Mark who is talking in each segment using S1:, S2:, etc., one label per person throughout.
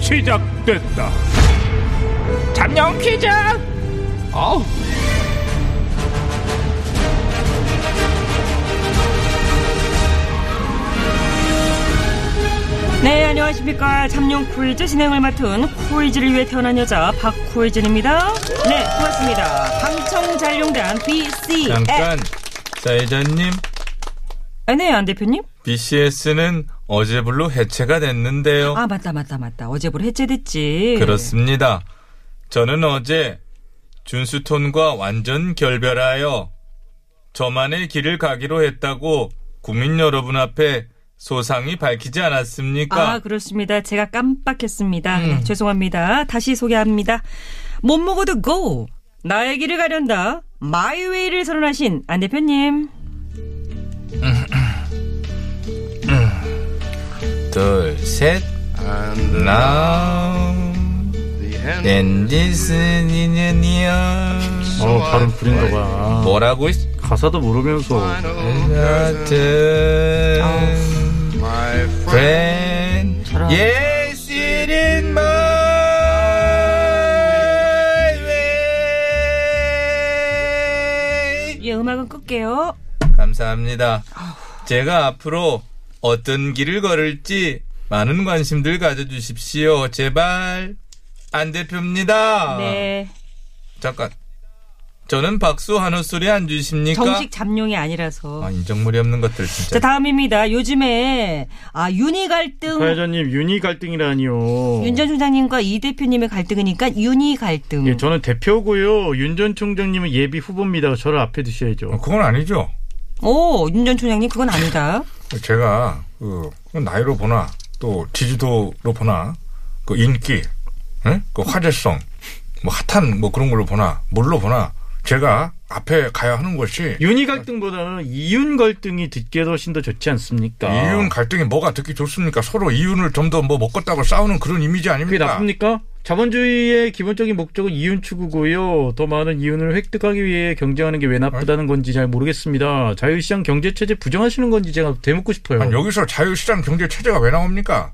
S1: 시작됐다. 잠룡 퀴즈! 어우.
S2: 네 안녕하십니까 잠룡 코이즈 진행을 맡은 코이즈를 위해 태어난 여자 박코이즈입니다. 네 고맙습니다. 방청잘룡단 BCS
S3: 잠깐 자 예전님
S2: 아, 네안 대표님
S3: BCS는 어제불로 해체가 됐는데요
S2: 아 예. 맞다 맞다 맞다 어제부로 해체됐지.
S3: 그렇습니다 저는 어제 준수톤과 완전 결별하여 저만의 길을 가기로 했다고 국민 여러분 앞에 소상히 밝히지 않았습니까
S1: 그러니까
S2: 아, 그렇습니다. 제가 깜빡했습니다. 네, 죄송합니다. 다시 소개합니다. 못 먹어도 go! 나의 길을 가련다. 마이웨이를 선언하신 안 대표님. 그-
S3: 둘셋 나 랜디스니니니야 어,
S4: 어, 발음 부린가 봐.
S3: 뭐라고 했...
S4: 가사도 모르면서.
S3: friend. Yes, it is my way.
S2: 예, 음악은 끌게요.
S3: 감사합니다. 제가 앞으로 어떤 길을 걸을지 많은 관심들 가져주십시오. 제발. 안
S1: 아,
S3: 대표입니다.
S2: 네.
S3: 잠깐. 저는 박수 한우 소리 안 주십니까?
S1: 그러니까
S2: 정식 잡룡이 아니라서.
S3: 아, 인정물이 없는 것들 진짜.
S2: 자, 다음입니다. 요즘에, 아, 윤희 갈등.
S4: 그 사회자님, 윤희 갈등이라니요.
S2: 윤 전 총장님과 이 대표님의 갈등이니까 윤희 갈등.
S4: 예, 저는 대표고요. 윤 전 총장님은 예비 후보입니다. 저를 앞에
S1: 어,
S4: 두셔야죠.
S1: 그건 아니죠.
S2: 오, 윤 전 총장님, 그건 아니다.
S1: 제가 그 나이로 보나 또 지지도로 보나 그 인기, 응? 그 화제성, 뭐 핫한 뭐 그런 걸로 보나 뭘로 보나 제가 앞에 가야 하는 것이
S4: 윤희 갈등보다는 이윤 갈등이 듣기에도 훨씬 더 좋지 않습니까?
S1: 이윤 갈등이 뭐가 듣기 좋습니까? 서로 이윤을 좀 더 뭐 먹겠다고 싸우는 그런 이미지
S4: 그게
S1: 아닙니까?
S4: 나쁩니까? 자본주의의 기본적인 목적은 이윤 추구고요. 더 많은 이윤을 획득하기 위해 경쟁하는 게 왜 나쁘다는 건지 잘 모르겠습니다. 자유시장 경제체제 부정하시는 건지 제가 되묻고 싶어요.
S1: 아니, 여기서 자유시장 경제 체제가 왜 나옵니까?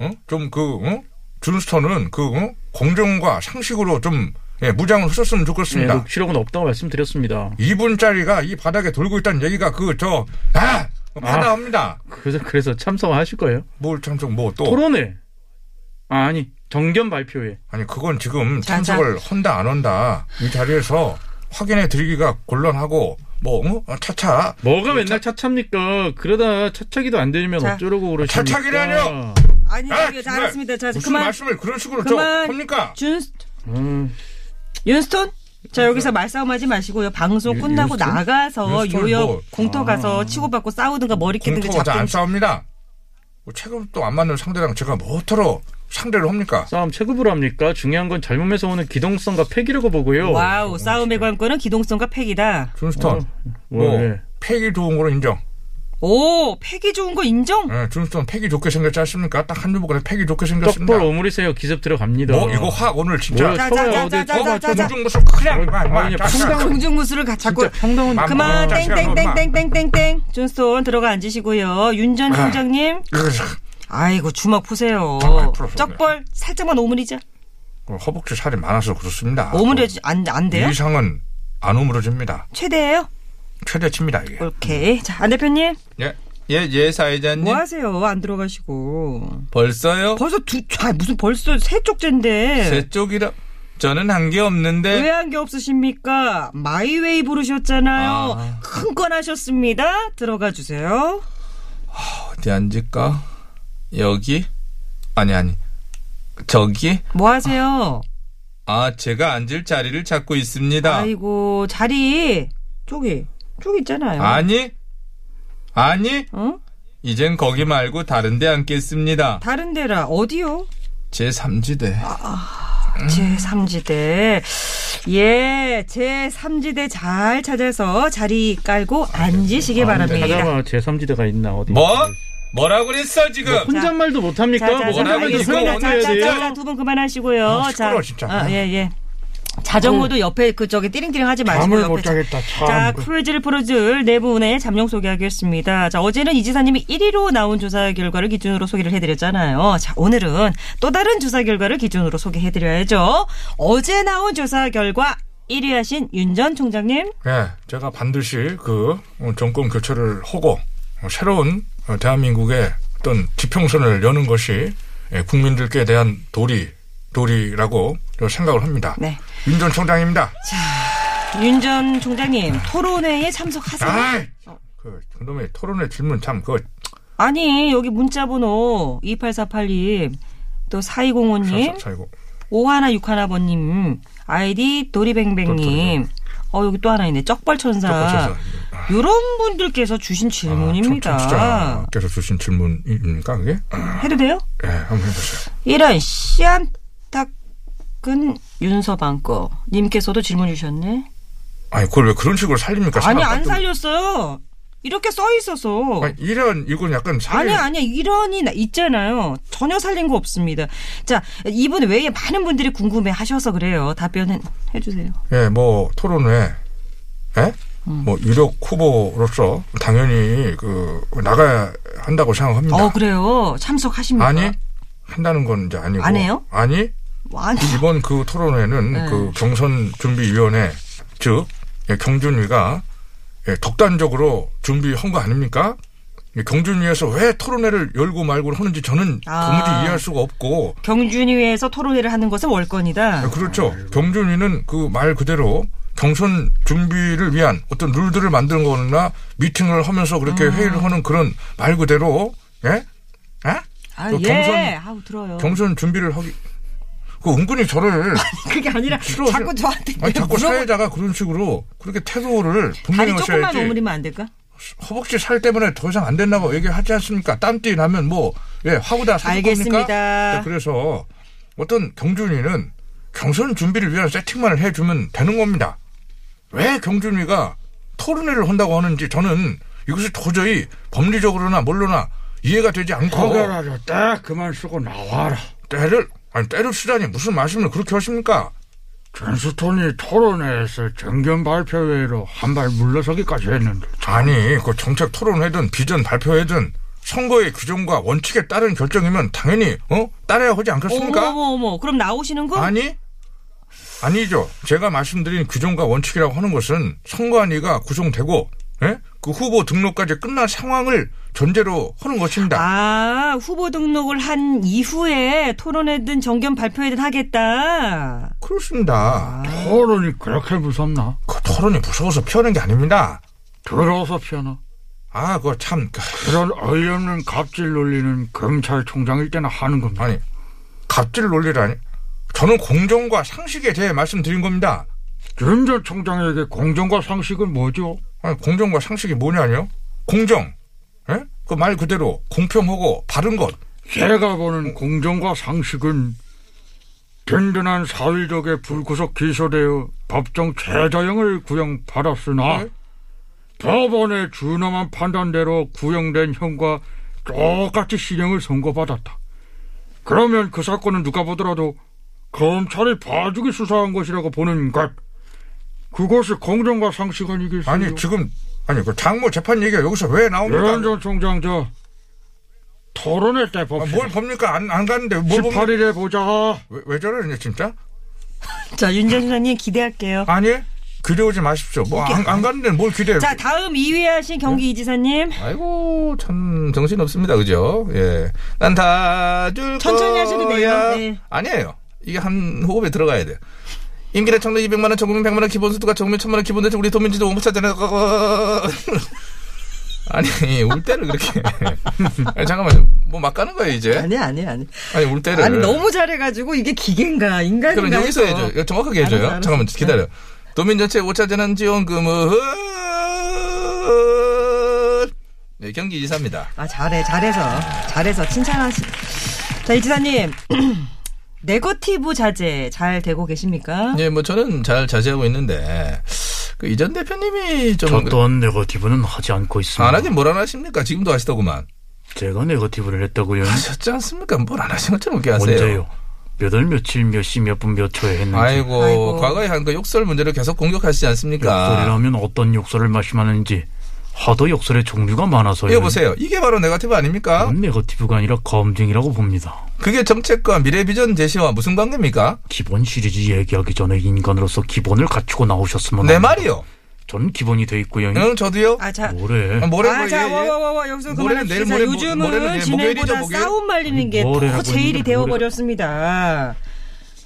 S1: 어? 좀 그, 어? 준스턴은 그, 어? 공정과 상식으로 좀, 예, 무장을 했었으면
S4: 네,
S1: 좋겠습니다.
S4: 녹취록은 없다고 말씀드렸습니다.
S1: 2분짜리가 이 바닥에 돌고 있다는 얘기가 그, 저, 아! 바다옵니다.
S4: 그래서 그래서 참석하실 거예요?
S1: 뭘 참석, 뭐 또.
S4: 토론회. 아, 아니 정견 발표회.
S1: 아니, 그건 지금
S2: 자,
S1: 참석을 한다, 안 한다. 이 자리에서 확인해 드리기가 곤란하고, 뭐, 어? 차차. 아,
S4: 뭐가 맨날 차차입니까? 그러다 차차기도 안 되면
S2: 자.
S4: 어쩌려고 그러십니까?
S1: 차차기라뇨!
S2: 아니,
S1: 아,
S2: 저기요. 자,
S1: 정말.
S2: 알았습니다. 자,
S1: 무슨
S2: 그만.
S1: 말씀을 그런 식으로
S2: 그만.
S1: 저 합니까?
S2: 준,
S4: 음,
S2: 윤스톤? 자 여기서 말싸움하지 마시고요. 방송
S1: 유-
S2: 끝나고
S1: 윤스톤?
S2: 나가서
S1: 윤스톤
S2: 요요
S1: 뭐-
S2: 공터 가서 치고받고 싸우든가 머리 깨든가
S1: 공토가 잘 안
S2: 잡든
S1: 싸웁니다. 뭐 체급도 안 맞는 상대랑 제가 뭐터로 상대를 합니까?
S4: 싸움 체급으로 합니까? 중요한 건 젊음에서 오는 기동성과 패기라고 보고요.
S2: 와우 싸움의 관건은 기동성과 팩이다.
S1: 준스턴,
S2: 어,
S4: 뭐,
S1: 뭐
S4: 예.
S1: 팩이 좋은 거로 인정.
S2: 오 팩이 좋은 거 인정?
S1: 예, 준스턴 팩이 좋게 생겼지 않습니까? 딱 한 주먹에 팩이 좋게 생겼습니다.
S4: 떡볼 오므리세요. 기습 들어갑니다.
S1: 뭐 이거 확 오늘 진짜
S4: 뭐야,
S2: 자,
S4: 서울
S2: 자,
S4: 어디
S2: 자, 자, 자, 자, 자.
S1: 공중무수 그냥 막, 막,
S4: 아니,
S1: 자, 자.
S4: 풍당-
S2: 공중무수를 가- 자꾸
S4: 평당은
S1: 맘-
S2: 그만
S1: 자, 시간 얼마?
S2: 땡땡땡땡땡땡 존스톤 들어가 앉으시고요. 윤 전
S1: 아.
S2: 총장님 아이고 주먹 푸세요.
S1: 정말 풀었었네.
S2: 쩍벌 살짝만 오므리자.
S1: 그 허벅지 살이 많아서 그렇습니다.
S2: 오므려지 안 안
S1: 이
S2: 돼요?
S1: 이상은 안 오므러집니다.
S2: 최대예요?
S1: 최대치입니다 이게.
S2: 오케이 자안 대표님
S3: 예, 예, 예, 사회자님.
S1: 네.
S2: 뭐 하세요? 안 들어가시고.
S3: 벌써요?
S2: 벌써 두, 아, 무슨 벌써 세 쪽째인데.
S3: 제 쪽이라 저는 한 게 없는데
S2: 왜 한 게 없으십니까? 마이웨이 부르셨잖아요.
S3: 아.
S2: 큰 건 하셨습니다. 들어가 주세요.
S3: 어디 앉을까? 여기? 아니 아니 저기?
S2: 뭐 하세요?
S3: 아 제가 앉을 자리를 찾고 있습니다.
S2: 아이고, 자리. 저기, 저기 있잖아요.
S3: 아니 아니
S2: 어?
S3: 이젠 거기 말고 다른 데 앉겠습니다.
S2: 다른 데라, 어디요?
S3: 제3지대.
S1: 아,
S2: 음. 제3지대. 예, 제3지대 잘 찾아서 자리 깔고 아, 앉으시기
S1: 안 돼.
S2: 바랍니다.
S5: 하자마 제3지대가 있나 어디?
S1: 네.
S3: 뭐? 뭐라고 그랬어 지금?
S5: 혼잣말도 못합니까?
S2: 자, 자, 자,
S3: 뭐라고
S2: 알겠습니다.
S3: 이거
S2: 자,
S3: 오늘
S2: 자,
S3: 진짜?
S2: 자, 자, 두 분 그만하시고요.
S1: 아, 시끄러워, 진짜.
S2: 아, 예, 예. 자전거도 옆에 그 저기 띠링띠링 하지 마시고
S1: 잠을
S2: 옆에
S1: 못
S2: 자-
S1: 자겠다, 참.
S2: 자 크루즈를 풀어줄 네 분의 잠룡 소개하겠습니다. 자 어제는 이 지사님이 1위로 나온 조사 결과를 기준으로 소개를 해드렸잖아요. 자 오늘은 또 다른 조사 결과를 기준으로 소개해드려야죠. 어제 나온 조사 결과 1위하신 윤 전 총장님.
S1: 예, 제가 반드시 그 어, 정권 교체를 하고 어, 새로운 어, 대한민국의 어떤 지평선을 여는 것이 예, 국민들께 대한 도리, 도리라고 저 생각을 합니다.
S2: 네.
S1: 윤 전 총장입니다.
S2: 윤 전 총장님 토론회에 참석하세요.
S1: 아이! 그, 그놈의 토론회 질문 참, 그,
S2: 아니 여기 문자번호 28482. 또 4205님,
S1: 사이고.
S2: 오하나 육하나버님 아이디 도리뱅뱅님 어 여기 또 하나 있네 쩍벌천사
S1: 아,
S2: 아, 요런 분들께서 주신 질문입니다
S1: 청취자께서 주신 질문입니까, 그게?
S2: 해도 돼요?
S1: 예, 한번 해보세요.
S2: 이런 씨암탉은 윤서방 거 님께서도 질문 주셨네
S1: 아니, 그걸 왜 그런 식으로 살립니까?
S2: 아니
S1: 사람
S2: 안
S1: 또-
S2: 살렸어요 이렇게 써 있어서
S1: 아니, 이런, 이건 약간 사회.
S2: 아니 아니 이런이 나- 있잖아요. 전혀 살린 거 없습니다. 자, 이분 외에 많은 분들이 궁금해 하셔서 그래요. 답변해 주세요.
S1: 예, 뭐 토론회, 예,
S2: 음.
S1: 뭐 유력 후보로서 당연히 그 나가야 한다고 생각합니다.
S2: 어 그래요. 참석하십니까?
S1: 음. 아니 한다는 건 이제 아니고
S2: 안 해요?
S1: 아니
S2: 아니.
S1: 이번 그 토론회는
S2: 네.
S1: 그 경선 준비위원회 즉 예, 경준위가 예, 독단적으로 준비한 거 아닙니까? 예, 경준위에서 왜 토론회를 열고 말고 하는지 저는
S2: 아.
S1: 도무지 이해할 수가 없고
S2: 경준위에서 토론회를 하는 것은
S1: 아,
S2: 월권이다.
S1: 그렇죠. 경준이는 그 말 그대로 경선 준비를 위한 어떤 룰들을 만드는 거나 미팅을 하면서 그렇게
S2: 음.
S1: 회의를 하는 그런 말 그대로 예? 예?
S2: 아,
S1: 그
S2: 예.
S1: 경선-
S2: 아우, 들어요.
S1: 경선 준비를 하기 그 은근히 저를
S2: 그게 아니라
S1: 싫어하세요.
S2: 자꾸 저한테
S1: 아니, 자꾸
S2: 물어보-
S1: 사회자가 그런 식으로 그렇게 태도를 분명히
S2: 다리 조금만
S1: 하셔야지
S2: 오므리면 안 될까?
S1: 허벅지 살 때문에 더 이상 안 된다고 얘기하지 않습니까? 땀띠 나면 뭐 예, 화구다 사줄
S2: 알겠습니다.
S1: 겁니까? 자, 그래서 어떤 경준이는 경선 준비를 위한 세팅만을 해주면 되는 겁니다. 왜 경준이가 토론회를 한다고 하는지 저는 이것이 도저히 법리적으로나 뭘로나 이해가 되지
S2: 어,
S1: 않고
S5: 거기라도 딱 그만 쓰고 나와라.
S1: 때를 아니 때를 쓰다니 무슨 말씀을 그렇게 하십니까?
S5: 전스톤이 토론회에서 정견 발표회로 한 발 물러서기까지 했는데
S1: 아니 그 정책 토론회든 비전 발표회든 선거의 규정과 원칙에 따른 결정이면 당연히 어 따라야 하지 않겠습니까?
S2: 어머, 어머, 어머. 그럼 나오시는 거?
S1: 아니? 아니죠. 제가 말씀드린 규정과 원칙이라고 하는 것은 선관위가 구성되고, 예? 그 후보 등록까지 끝난 상황을 전제로 하는 것입니다.
S2: 아, 후보 등록을 한 이후에 토론회든 정견 발표회든 하겠다.
S1: 그렇습니다.
S5: 토론이 그렇게 무섭나?
S1: 그 토론이 무서워서 피하는 게 아닙니다.
S5: 더러워서 피하나?
S1: 아, 그거 참. 그,
S5: 그런 어이없는 갑질 논리는 검찰총장일 때나 하는 겁니다.
S1: 아니, 갑질 논리라니. 저는 공정과 상식에 대해 말씀드린 겁니다.
S5: 윤 전 총장에게 공정과 상식은 뭐죠?
S1: 아니, 공정과 상식이 뭐냐뇨? 공정. 예? 그 말 그대로 공평하고 바른 것.
S5: 제가 보는 공정과 상식은 든든한 사회적에 불구속 기소되어 법정 최저형을 구형받았으나
S1: 네?
S5: 법원의 준엄한 판단대로 구형된 형과 똑같이 실형을 선고받았다. 그러면 그 사건은 누가 보더라도 검찰이 봐주기 수사한 것이라고 보는 것. 그것이 공정과 상식 아니겠어요?
S1: 아니, 지금, 아니, 그 장모 재판 얘기가 여기서 왜 나옵니까?
S5: 윤 전 총장 저 토론회 때
S1: 아,
S5: 봅시다.
S1: 뭘 봅니까? 안, 안 갔는데 뭘 봅니까?
S5: 18일에 보자.
S1: 왜, 왜 저러냐, 진짜?
S2: 자, 윤전 총장님 기대할게요.
S1: 아니, 기대오지 마십시오. 뭐, 안, 안 갔는데 뭘 기대해요?
S2: 자, 다음 2위 하신 경기 이지사님.
S3: 아이고 참 정신 없습니다 그죠? 예, 난 다 줄
S2: 천천히 하셔도 돼요.
S3: 거야.
S2: 네.
S3: 아니에요. 이게 한 호흡에 들어가야 돼. 임기대 청년 200만 원, 정부면 100만 원, 기본소득과 정부면 1000만 원, 기본대책 우리 도민지도 못 찾잖아요. 아니 울 때를 그렇게. 아니, 잠깐만요. 뭐 막 가는 거예요 이제?
S2: 아니, 아니, 아니.
S3: 아니 울 때를.
S2: 아니, 너무 잘해가지고 이게 기계인가, 인간인가.
S3: 그럼 여기서
S2: 해서.
S3: 해줘. 이거 정확하게 해줘요.
S2: 알았어, 알았어.
S3: 잠깐만 기다려. 도민 전체 5차 재난 지원금은 네, 경기 이사입니다.
S2: 아, 잘해, 잘해서. 잘해서 칭찬하시. 자, 이지사님. 네거티브 자제 잘 되고 계십니까?
S1: 예, 뭐 저는 잘 자제하고 있는데 그 이전 대표님이
S4: 저
S1: 좀 안
S4: 또한 네거티브는 하지 않고 있습니다.
S1: 하긴 뭘 안 하십니까? 지금도 하시더구만.
S4: 제가 네거티브를 했다고요.
S1: 하셨지 않습니까? 뭘 안 하신 것처럼 웃게 하세요.
S4: 언제요? 몇 월 며칠 몇 시 몇 분 몇 초에 했는지.
S1: 아이고,
S2: 아이고.
S1: 과거에 한 그 욕설 문제를 계속 공격하시지 않습니까?
S4: 욕설이라면 어떤 욕설을 말씀하는지 하도 욕설의 종류가 많아서요. 음?
S1: 이거 보세요. 이게 바로 네거티브 아닙니까?
S4: 이건 네거티브가 아니라 검증이라고 봅니다.
S1: 그게 정책과 미래 비전 제시와 무슨 관계입니까?
S4: 기본 시리즈 얘기하기 전에 인간으로서 기본을 갖추고 나오셨으면
S1: 내
S4: 합니다.
S1: 말이요.
S4: 저는 기본이 돼 있고요.
S1: 응, 저도요.
S2: 아, 자.
S4: 뭐래?
S1: 모레
S2: 아,
S1: 모레
S2: 자,
S1: 예, 예.
S2: 와, 와, 와, 와, 여기서
S1: 모레는 내일,
S2: 그만합시다.
S1: 모레, 모-
S2: 요즘은
S1: 모레는 내일,
S2: 진행보다
S1: 목요일이죠, 목요일.
S2: 싸움 말리는 게
S4: 뭐래라고
S2: 더 제일이
S4: 했는데 뭐래라고.
S2: 되어버렸습니다.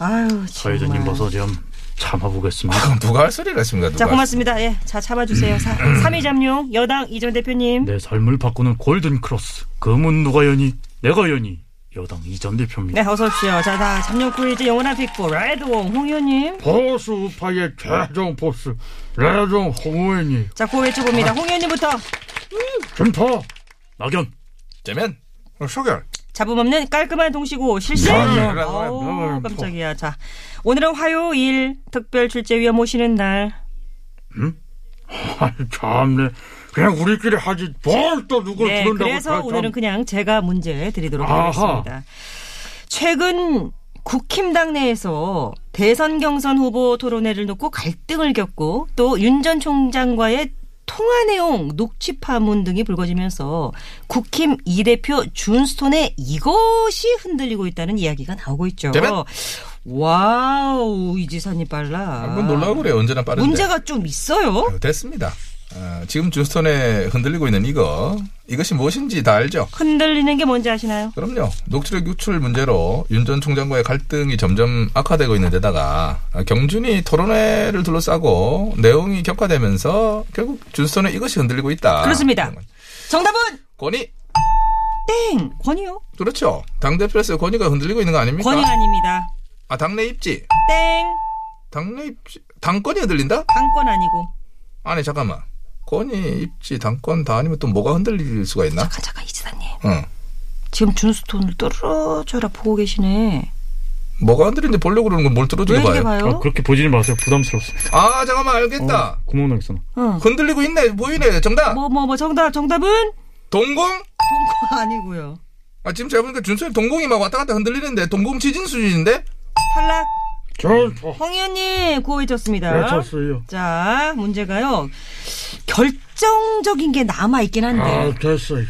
S2: 아유,
S4: 사회자님
S2: 정말.
S4: 봐서 좀 참아보겠습니다.
S1: 그럼 누가 할 소리를 했습니까? 누가?
S2: 자, 고맙습니다. 예, 자, 참아주세요. 사, 3위 잠룡, 여당 이전 대표님.
S4: 내 삶을 바꾸는 골든 크로스. 금은 누가 연이? 내가 연이. 여당 이전 대표입니다.
S2: 네, 어서오십시오. 자, 다 잠룡 퀴즈 영원한 빅보, 레드홍, 홍 의원님.
S5: 보수 우파의 최종 보스 레종 홍의이
S2: 자, 고
S1: 아.
S2: 외쳐봅니다. 홍 의원님부터
S5: 전파
S4: 낙연.
S1: 어쩌면
S6: 어, 소결.
S2: 잡음 없는 깔끔한 동시고 실시.
S1: 야, 야,
S5: 야,
S2: 아우,
S5: 야,
S2: 깜짝이야. 자, 오늘은 화요일 특별 출제위원 모시는 날.
S5: 아이, 참네 그냥 우리끼리 하지 뭘 또 누굴
S2: 네,
S5: 부른다고
S2: 그래서
S5: 다 참.
S2: 오늘은 그냥 제가 문제 드리도록
S5: 아하.
S2: 하겠습니다. 최근 국힘당 내에서 대선 경선 후보 토론회를 놓고 갈등을 겪고 또 윤 전 총장과의 통화 내용 녹취 파문 등이 불거지면서 국힘 이 대표 준스톤의 이것이 흔들리고 있다는 이야기가 나오고 있죠.
S1: 제발.
S2: 와우 이 지사님 빨라.
S1: 한번 아, 뭐 놀라고 그래요. 언제나 빠른데.
S2: 문제가 좀 있어요.
S1: 어, 됐습니다. 어, 지금 주스톤에 흔들리고 있는 이거 이것이 무엇인지 다 알죠?
S2: 흔들리는 게 뭔지 아시나요?
S1: 그럼요. 녹취록 유출 문제로 윤 전 총장과의 갈등이 점점 악화되고 있는 데다가 아, 경준이 토론회를 둘러싸고 내용이 격화되면서 결국 주스톤에 이것이 흔들리고 있다.
S2: 그렇습니다. 정답은
S1: 권위
S2: 땡 권이요.
S1: 그렇죠. 당 대표에서 권위가 흔들리고 있는 거 아닙니까?
S2: 권이 아닙니다.
S1: 아 당내 입지
S2: 그러니까. 땡
S1: 당내 입지 당권이 흔들린다?
S2: 당권 아니고
S1: 아니 잠깐만 권위 입지 당권 다 아니면 또 뭐가 흔들릴 수가 있나?
S2: 잠깐 잠깐 이지사님
S1: 응.
S2: 지금 준스톤을 떨어져라 보고 계시네.
S1: 뭐가 흔들리는지 보려고 그러는 건 뭘 뚫어주고
S2: 왜
S1: 봐요.
S2: 이렇게 봐요?
S4: 아,
S2: 아,
S4: 그렇게 보지는 마세요. 부담스럽습니다.
S1: 아 잠깐만 알겠다.
S4: 구멍 나겠어.
S2: 응.
S1: 흔들리고 있네 보이네 정답
S2: 뭐 뭐 뭐 정답 정답은
S1: 동공.
S2: 동권 아니고요.
S1: 아 지금 제가 보니까 준수님 동공이 막 왔다 갔다 흔들리는데 동공 지진 수준인데
S2: 탈락 네,
S5: 전파
S2: 홍 의원님 구호해줬습니다.
S5: 외쳤어요
S2: 자 문제가요 결정적인 게 남아 있긴
S5: 아
S2: 한데
S5: 됐어요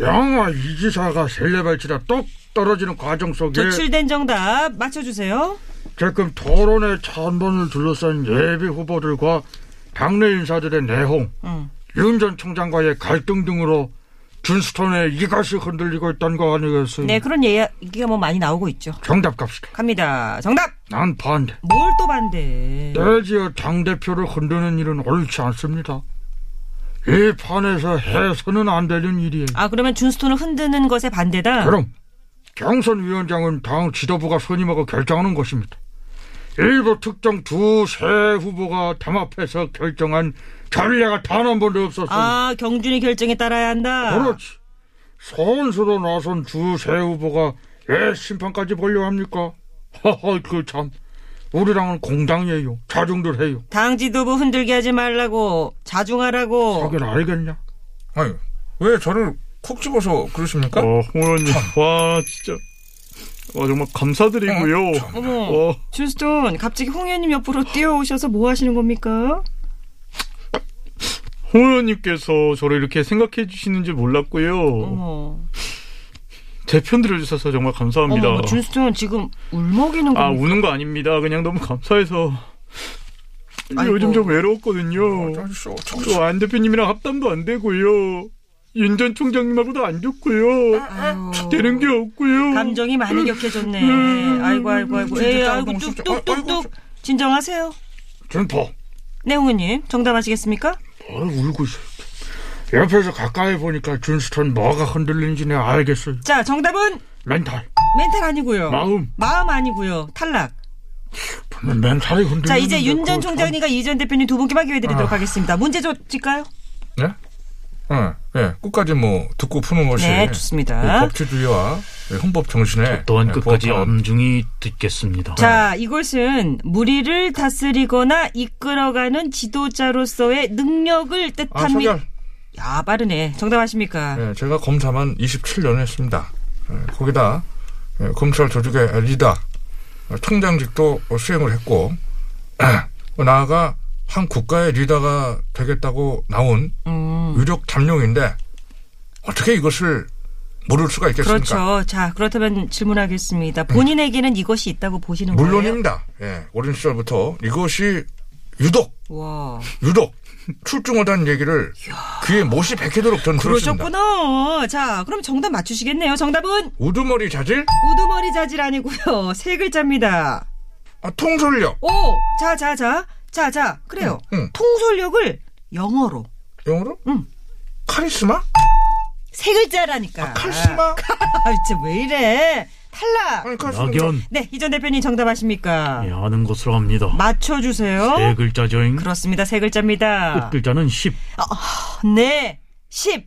S5: 영화 이지사가 셀레발치다 똑 떨어지는 과정 속에
S2: 도출된 정답 맞춰주세요.
S5: 지금 토론회 찬반을 둘러싼 예비 후보들과 당내 인사들의 내홍,
S2: 응.
S5: 윤 전 총장과의 갈등 등으로 준스톤의 이것이 흔들리고 있다는 거 아니겠어요?
S2: 네 그런 얘기가 뭐 많이 나오고 있죠.
S5: 정답 갑시다.
S2: 갑니다. 정답
S5: 난 반대.
S2: 뭘 또 반대?
S5: 내지어 당 대표를 흔드는 일은 옳지 않습니다. 이 판에서 해서는 안 되는 일이에요.
S2: 아 그러면 준스톤을 흔드는 것에 반대다.
S5: 그럼 경선위원장은 당 지도부가 선임하고 결정하는 것입니다. 일부 특정 두세 후보가 담합해서 결정한 전례가 단 한 번도 없었습니다.
S2: 아 경준이 결정에 따라야 한다.
S5: 그렇지. 선수로 나선 주세 후보가 왜 심판까지 보려 합니까? 허허 그 참. 우리 당은 공당이에요. 자중들 해요.
S2: 당 지도부 흔들게 하지 말라고 자중하라고.
S5: 하긴 알겠냐?
S6: 아니, 왜 저를 콕 집어서 그러십니까?
S4: 어, 홍 의원님. 와, 진짜. 와, 정말 감사드리고요.
S2: 어머.
S4: 어,
S2: 준스톤 갑자기 홍 의원님 옆으로 뛰어오셔서 뭐 하시는 겁니까?
S4: 홍 의원님께서 저를 이렇게 생각해 주시는지 몰랐고요.
S2: 어머.
S4: 제 편 들어주셔서 정말 감사합니다.
S2: 어머 준스톤 지금 울먹이는
S4: 아,
S2: 겁니까?
S4: 우는 거 아닙니다. 그냥 너무 감사해서.
S2: 아이고.
S4: 요즘 좀 외로웠거든요.
S6: 아저씨, 저
S4: 또 안 대표님이랑 합담도 안 되고요. 윤 전 총장님하고도 안 좋고요.
S2: 아유.
S4: 되는 게 없고요.
S2: 감정이
S4: 음.
S2: 많이 격해졌네. 아이고 아이고 아이고. 에이
S6: 진짜
S2: 아이고
S6: 너무 아이고,
S2: 뚝뚝뚝뚝. 진정하세요.
S5: 준포.
S2: 네 홍 의원님 정답 아시겠습니까?
S5: 아 울고 있어. 옆에서 가까이 보니까 준스턴 뭐가 흔들리는지 내가 알겠어요.
S2: 자 정답은
S5: 멘탈.
S2: 멘탈 아니고요.
S5: 마음.
S2: 마음 아니고요. 탈락.
S5: 분명 멘탈이 흔들리는
S1: 음,
S2: 자 이제 윤 전 총장님과 이 전 대표님 두 분께 맡겨드리도록
S1: 아.
S2: 하겠습니다. 문제 줬을까요?
S1: 어,
S6: 예? 예, 예. 끝까지 뭐 듣고 푸는 것이
S1: 뭐
S2: 네, 좋습니다.
S6: 법치주의와
S1: 그 네, 헌법 정신에
S4: 또한
S1: 예,
S4: 끝까지
S1: 부합하는
S4: 엄중히 듣겠습니다.
S1: 아.
S2: 자, 이것은 무리를 다스리거나 이끌어가는 지도자로서의 능력을
S1: 아,
S2: 뜻합니다.
S1: 서결.
S2: 야, 빠르네. 정답하십니까?
S1: 예, 제가 검사만 27년 했습니다. 예, 거기다 예, 검찰 조직의 리더, 어, 총장직도 어, 수행을 했고 뭐 나아가 한 국가의 리더가 되겠다고 나온
S2: 음.
S1: 유력 잠룡인데 어떻게 이것을 모를 수가 있겠습니까? 네.
S2: 그렇죠. 자, 그렇다면 질문하겠습니다. 본인에게는 이것이 있다고 보시는 거예요?
S1: 물론입니다. 예, 어린 시절부터 이것이 유독
S2: 와,
S1: 유독 출중하다는 얘기를 귀에 못이 박히도록 전 들었습니다.
S2: 그러셨구나. 자, 그럼 정답 맞추시겠네요. 정답은
S1: 우두머리 자질,
S2: 우두머리 자질 아니고요. 세 글자입니다.
S1: 아, 통솔력
S2: 오, 자, 자, 자, 자, 자, 그래요.
S1: 응, 응.
S2: 통솔력을 영어로
S1: 영어로
S2: 응.
S1: 카리스마,
S2: 세 글자라니까.
S1: 카리스마.
S2: 아, 진짜 왜 이래? 탈락.
S1: 아니, 카리스마.
S4: 낙연
S2: 네, 이전 대표님 정답하십니까?
S4: 예, 아는 것으로 합니다.
S2: 맞춰주세요.
S4: 네 글자죠잉.
S2: 어? 그렇습니다. 세 글자입니다.
S4: 끝 글자는 10.
S2: 네, 10.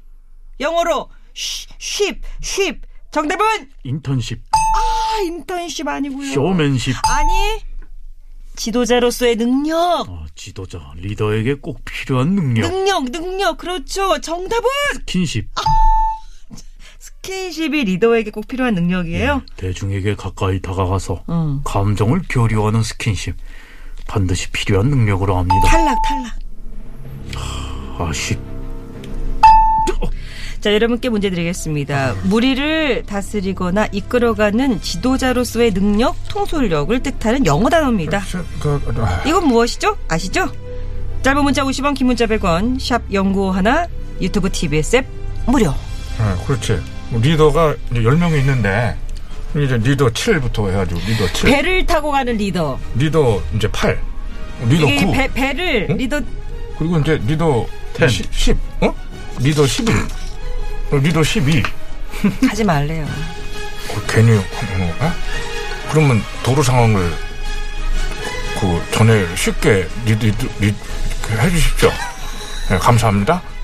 S2: 영어로 쉬, 쉽, 쉽. 정답은
S4: 인턴십,
S2: 아, 인턴십 아니고요.
S4: 쇼맨십.
S2: 아니, 지도자로서의 능력.
S4: 어, 지도자, 리더에게 꼭 필요한 능력.
S2: 능력, 능력, 그렇죠. 정답은
S4: 킨십.
S2: 스킨십이 리더에게 꼭 필요한
S4: 네.
S2: 능력이에요.
S4: 대중에게 가까이 다가가서
S2: 음.
S4: 감정을 교류하는 스킨십. 반드시 필요한 능력으로 합니다.
S2: 탈락, 탈락.
S4: 아쉽.
S2: 자, 여러분께 문제 드리겠습니다. 무리를 다스리거나 이끌어가는 지도자로서의 능력, 통솔력을 뜻하는 영어 단어입니다.
S1: 저, 그, 아,
S2: 이건 무엇이죠? 아시죠? 짧은 문자 50원, 긴 문자 100원, 샵 연구 하나, 유튜브 TBS 앱 무료.
S1: 예, 그렇지. 뭐 리더가 이제 10명이 있는데 이제 리더 7부터 해가지고 리더 7,
S2: 배를 타고 가는 리더.
S1: 리더 이제 8, 리더
S2: 이게
S1: 9,
S2: 배, 배를
S1: 어. 응?
S2: 리더
S1: 그리고 이제 리더
S4: 10.
S1: 10, 10 어? 리더 11, 어, 리더 12.
S2: 하지 말래요.
S1: 그 괜히 어, 어? 그러면 도로 상황을 그 전에 쉽게 리드, 리드, 리드- 해주십시오. 예, 그 감사합니다.